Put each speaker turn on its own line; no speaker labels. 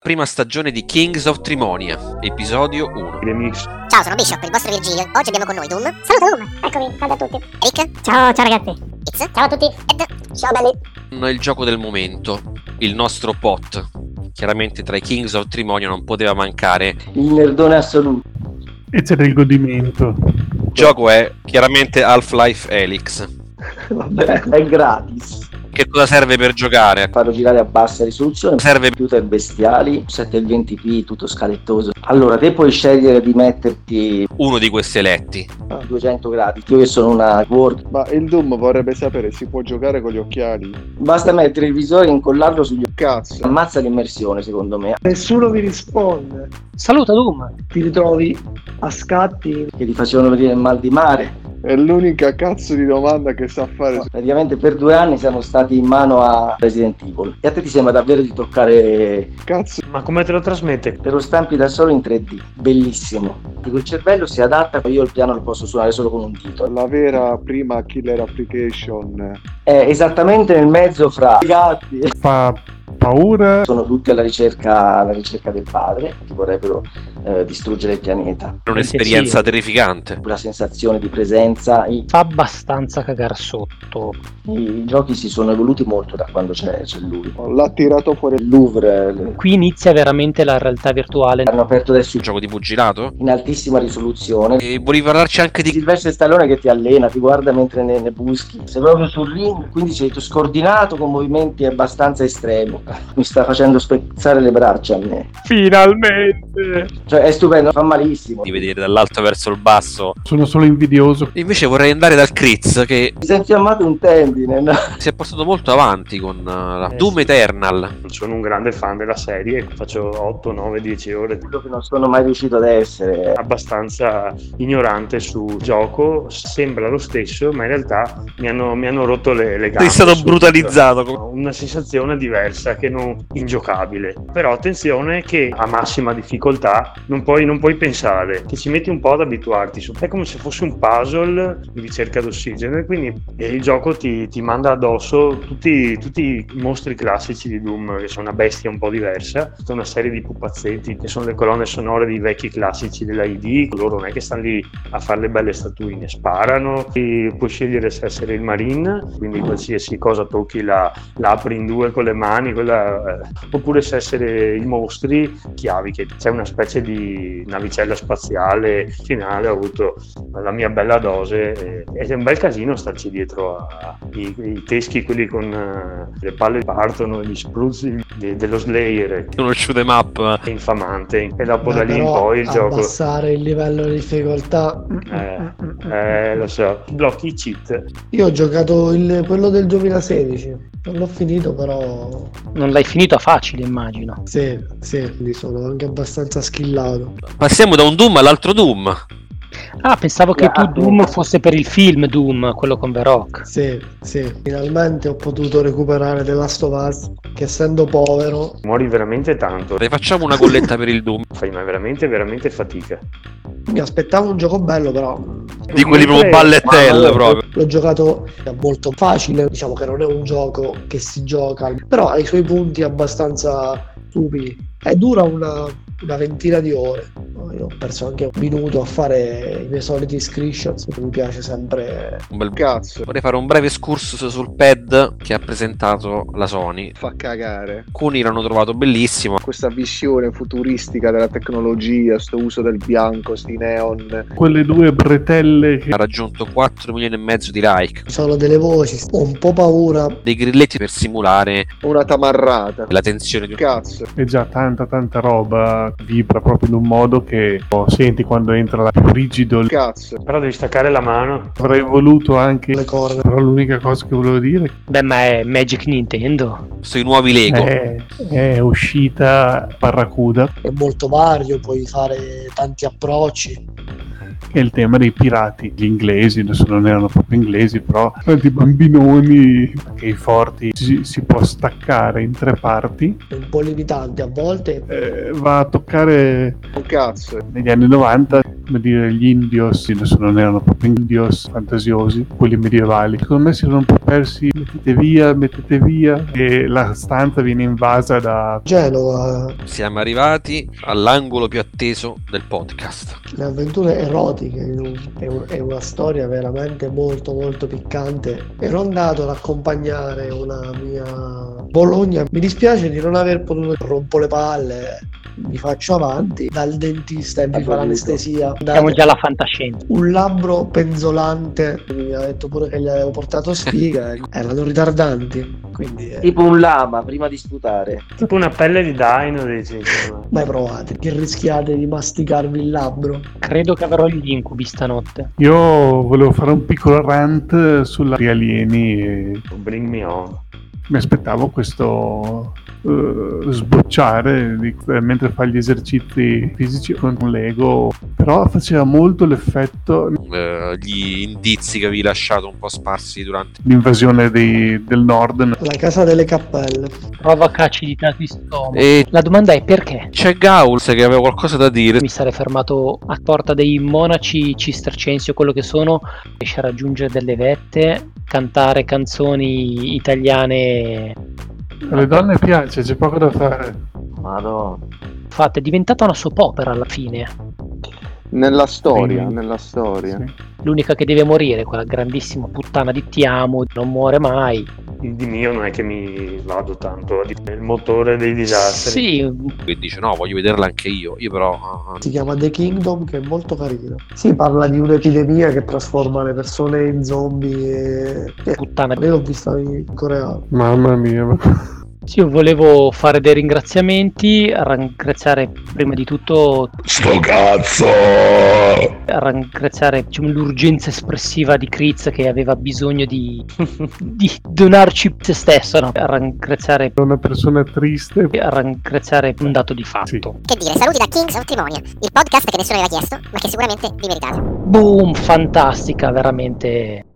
prima stagione di Kings of Trimonia, episodio 1.
Remix.
Ciao, sono Bishop, il vostro Virgilio. Oggi abbiamo con noi Doom,
Saluto Doom! Eccomi, salve a tutti!
Rick,
Ciao, ciao ragazzi!
Itz,
Ciao a tutti!
Ed.
Ciao belli!
Il gioco del momento, il nostro pot. Chiaramente tra i Kings of Trimonia non poteva mancare.
il nerdone assoluto.
E c'è del godimento.
Il gioco è chiaramente Half-Life Helix.
Vabbè, è gratis.
Che cosa serve per giocare?
Farlo girare a bassa risoluzione.
Serve
Computer bestiali, 720p, tutto scalettoso. Allora, te puoi scegliere di metterti
uno di questi eletti.
a 200 gradi. Io che sono una Word.
Ma il Doom vorrebbe sapere si può giocare con gli occhiali.
Basta mettere il visore e incollarlo sugli occhi.
Cazzo.
Ammazza l'immersione, secondo me.
Nessuno vi risponde.
Saluta Doom!
Ti ritrovi a scatti.
Che ti facevano venire il mal di mare.
È l'unica cazzo di domanda che sa fare.
Praticamente per due anni siamo stati in mano a Resident Evil. E a te ti sembra davvero di toccare
Cazzo.
Ma come te lo trasmette?
te lo stampi da solo in 3D. Bellissimo. Dico, il cervello si adatta, io il piano lo posso suonare solo con un dito.
La vera prima killer application.
È esattamente nel mezzo fra i gatti.
Fa paura.
Sono tutti alla ricerca, alla ricerca del padre, che vorrebbero eh, distruggere il pianeta.
È un'esperienza terrificante.
Quella sensazione di presenza. I,
Fa abbastanza cagar sotto.
i giochi si sono evoluti molto da quando c'è, c'è lui.
L'ha tirato fuori.
Il Louvre eh,
Qui inizia veramente la realtà virtuale.
hanno aperto adesso
Un gioco di pugilato?
in altissima risoluzione.
E volevi parlarci anche
Di
di
Silvestre Stallone che ti allena, ti guarda mentre ne, ne buschi. Sei proprio sul ring, quindi sei tu scordinato con movimenti abbastanza estremi. Mi sta facendo spezzare le braccia a me.
Finalmente!
Cioè, è stupendo, fa malissimo.
di vedere dall'alto verso il basso.
Sono solo invidioso.
Invece vorrei andare dal Kriz che
Mi si è infiammato un tendine, no?
si è portato molto avanti con eh, la
Eh,
Doom
sì.
Eternal.
Sono un grande fan della serie, faccio 8, 9, 10 ore
Quello che non sono mai riuscito ad essere.
abbastanza ignorante su gioco, sembra lo stesso, ma in realtà mi hanno, mi hanno rotto le, le gambe. subito. Una sensazione diversa che non ingiocabile. Però attenzione che a massima difficoltà non puoi, non puoi pensare, ti ci metti un po' ad abituarti. su- È come se fosse un puzzle di ricerca d'ossigeno e quindi eh, il gioco ti, ti manda addosso tutti, tutti i mostri classici di Doom, che sono una bestia un po' diversa, tutta una serie di pupazzetti che sono le colonne sonore dei vecchi classici della ID, loro non è che stanno lì a fare le belle statuine, sparano, e puoi scegliere se essere il marine, quindi qualsiasi cosa tocchi la, la apri in due con le mani, quella, eh, oppure se essere i mostri, chiavi, che c'è una specie di navicella spaziale finale, ho avuto la mia bella dose eh, ed è un bel casino starci dietro a- i, i teschi, quelli con eh, le palle che partono, gli spruzzi de- dello Slayer, che
Uno shoot 'em up.
è infamante, e dopo
Ma
da lì in
però
poi il gioco...
Abbassare il livello di difficoltà. Mm,
Eh, eh, lo so, blocchi i cheat
Io ho giocato il- quello del 2016. Non l'ho finito, però.
Non l'hai finito a facile, immagino.
Sì, sì, quindi sono anche abbastanza skillato.
Passiamo da un Doom all'altro Doom.
Ah, pensavo che tu
Ah,
Doom fosse per il film Doom, quello con The Rock.
Sì, sì. Finalmente ho potuto recuperare The Last of Us, che essendo povero.
muori veramente tanto
Dai, Facciamo una colletta per il Doom.
fai ma veramente veramente fatica
Mi aspettavo un gioco bello, però.
Di quelli proprio ballettelle proprio.
L'ho giocato molto facile, diciamo che non è un gioco che si gioca, però ha i suoi punti abbastanza stupidi. E dura una, una ventina di ore. Io ho perso anche un minuto a fare i miei soliti screenshots, che mi piace sempre.
Un bel...
Cazzo.
Vorrei fare un breve excursus sul pad che ha presentato la Sony.
Fa cagare.
Alcuni l'hanno trovato bellissimo,
Questa visione futuristica della tecnologia, sto uso del bianco, sti neon.
Quelle due bretelle che
ha raggiunto 4 milioni e mezzo di like.
Ci sono delle voci, ho un po' paura.
Dei grilletti per simulare
Una tamarrata.
la tensione di un
Cazzo.
è già tanta tanta roba vibra proprio in un modo che oh, senti quando entra la rigido
Cazzo.
però devi staccare la mano
avrei voluto anche
Le corna.
però l'unica cosa che volevo dire è
Beh, ma è Magic Nintendo.
sui nuovi
che
Lego.
è, è uscita Barracuda
È molto Mario, puoi fare tanti approcci.
che è il tema dei pirati gli inglesi adesso non erano proprio inglesi però tanti bambinoni che i forti si, si può staccare in tre parti
È un po' limitante a volte.
Eh, va a toccare
Un cazzo.
negli anni 90 come dire, gli indios, adesso non erano proprio indios fantasiosi, quelli medievali. Secondo me si sono un po' persi, mettete via, mettete via, e la stanza viene invasa da...
Genova,
Siamo arrivati all'angolo più atteso del podcast.
le avventure erotiche, in un- è, un- è una storia veramente molto molto piccante. Ero andato ad accompagnare una mia Bologna, mi dispiace di non aver potuto, rompo le palle, mi faccio avanti dal dentista e mi fa
Abolito.
l'anestesia.
Siamo
Andate-
già alla fantascienza.
un labbro penzolante mi ha detto pure che gli avevo portato sfiga erano ritardanti quindi eh,
Tipo un lama prima di sputare.
Tipo una pelle di daino dici. insomma.
mai provate che rischiate di masticarvi il labbro
Credo che avrò gli incubi stanotte.
Io volevo fare un piccolo rant sulla gli alieni e
"Oh, Bring me on.
mi aspettavo questo eh, sbocciare di- mentre fa gli esercizi fisici con un Lego, però faceva molto l'effetto
Eh, gli indizi che avevi lasciato un po' sparsi durante
l'invasione dei- del nord
la casa delle cappelle
Provoca acidità di stomaco.
e
La domanda è perché?
c'è Gauls che aveva qualcosa da dire
Mi sarei fermato a porta dei monaci cistercensi o quello che sono, riesce a raggiungere delle vette, cantare canzoni italiane
alle donne piace c'è poco da fare
Madonna.
fatte. È diventata una soap opera alla fine.
Nella storia,
Sì.
nella storia.
Sì.
L'unica che deve morire, quella grandissima puttana di Ti amo, non muore mai.
Di mio non è che mi vado tanto, è il motore dei disastri.
Sì,
che dice no voglio vederla anche io io però eh,
si chiama The Kingdom che è molto carino si parla di un'epidemia che trasforma le persone in zombie e... e
puttana di
io l'ho vista in Corea
mamma mia ma-
Sì, io volevo fare dei ringraziamenti, ringraziare prima di tutto
Sto cazzo!
ringraziare diciamo, l'urgenza espressiva di Kriz che aveva bisogno di, di donarci se stesso, no? ringraziare,
una persona triste
ringraziare un dato di fatto.
Sì.
Che dire, saluti da Kings of Trimonia, il podcast che nessuno aveva chiesto, ma che sicuramente vi meritate.
Boom, fantastica, veramente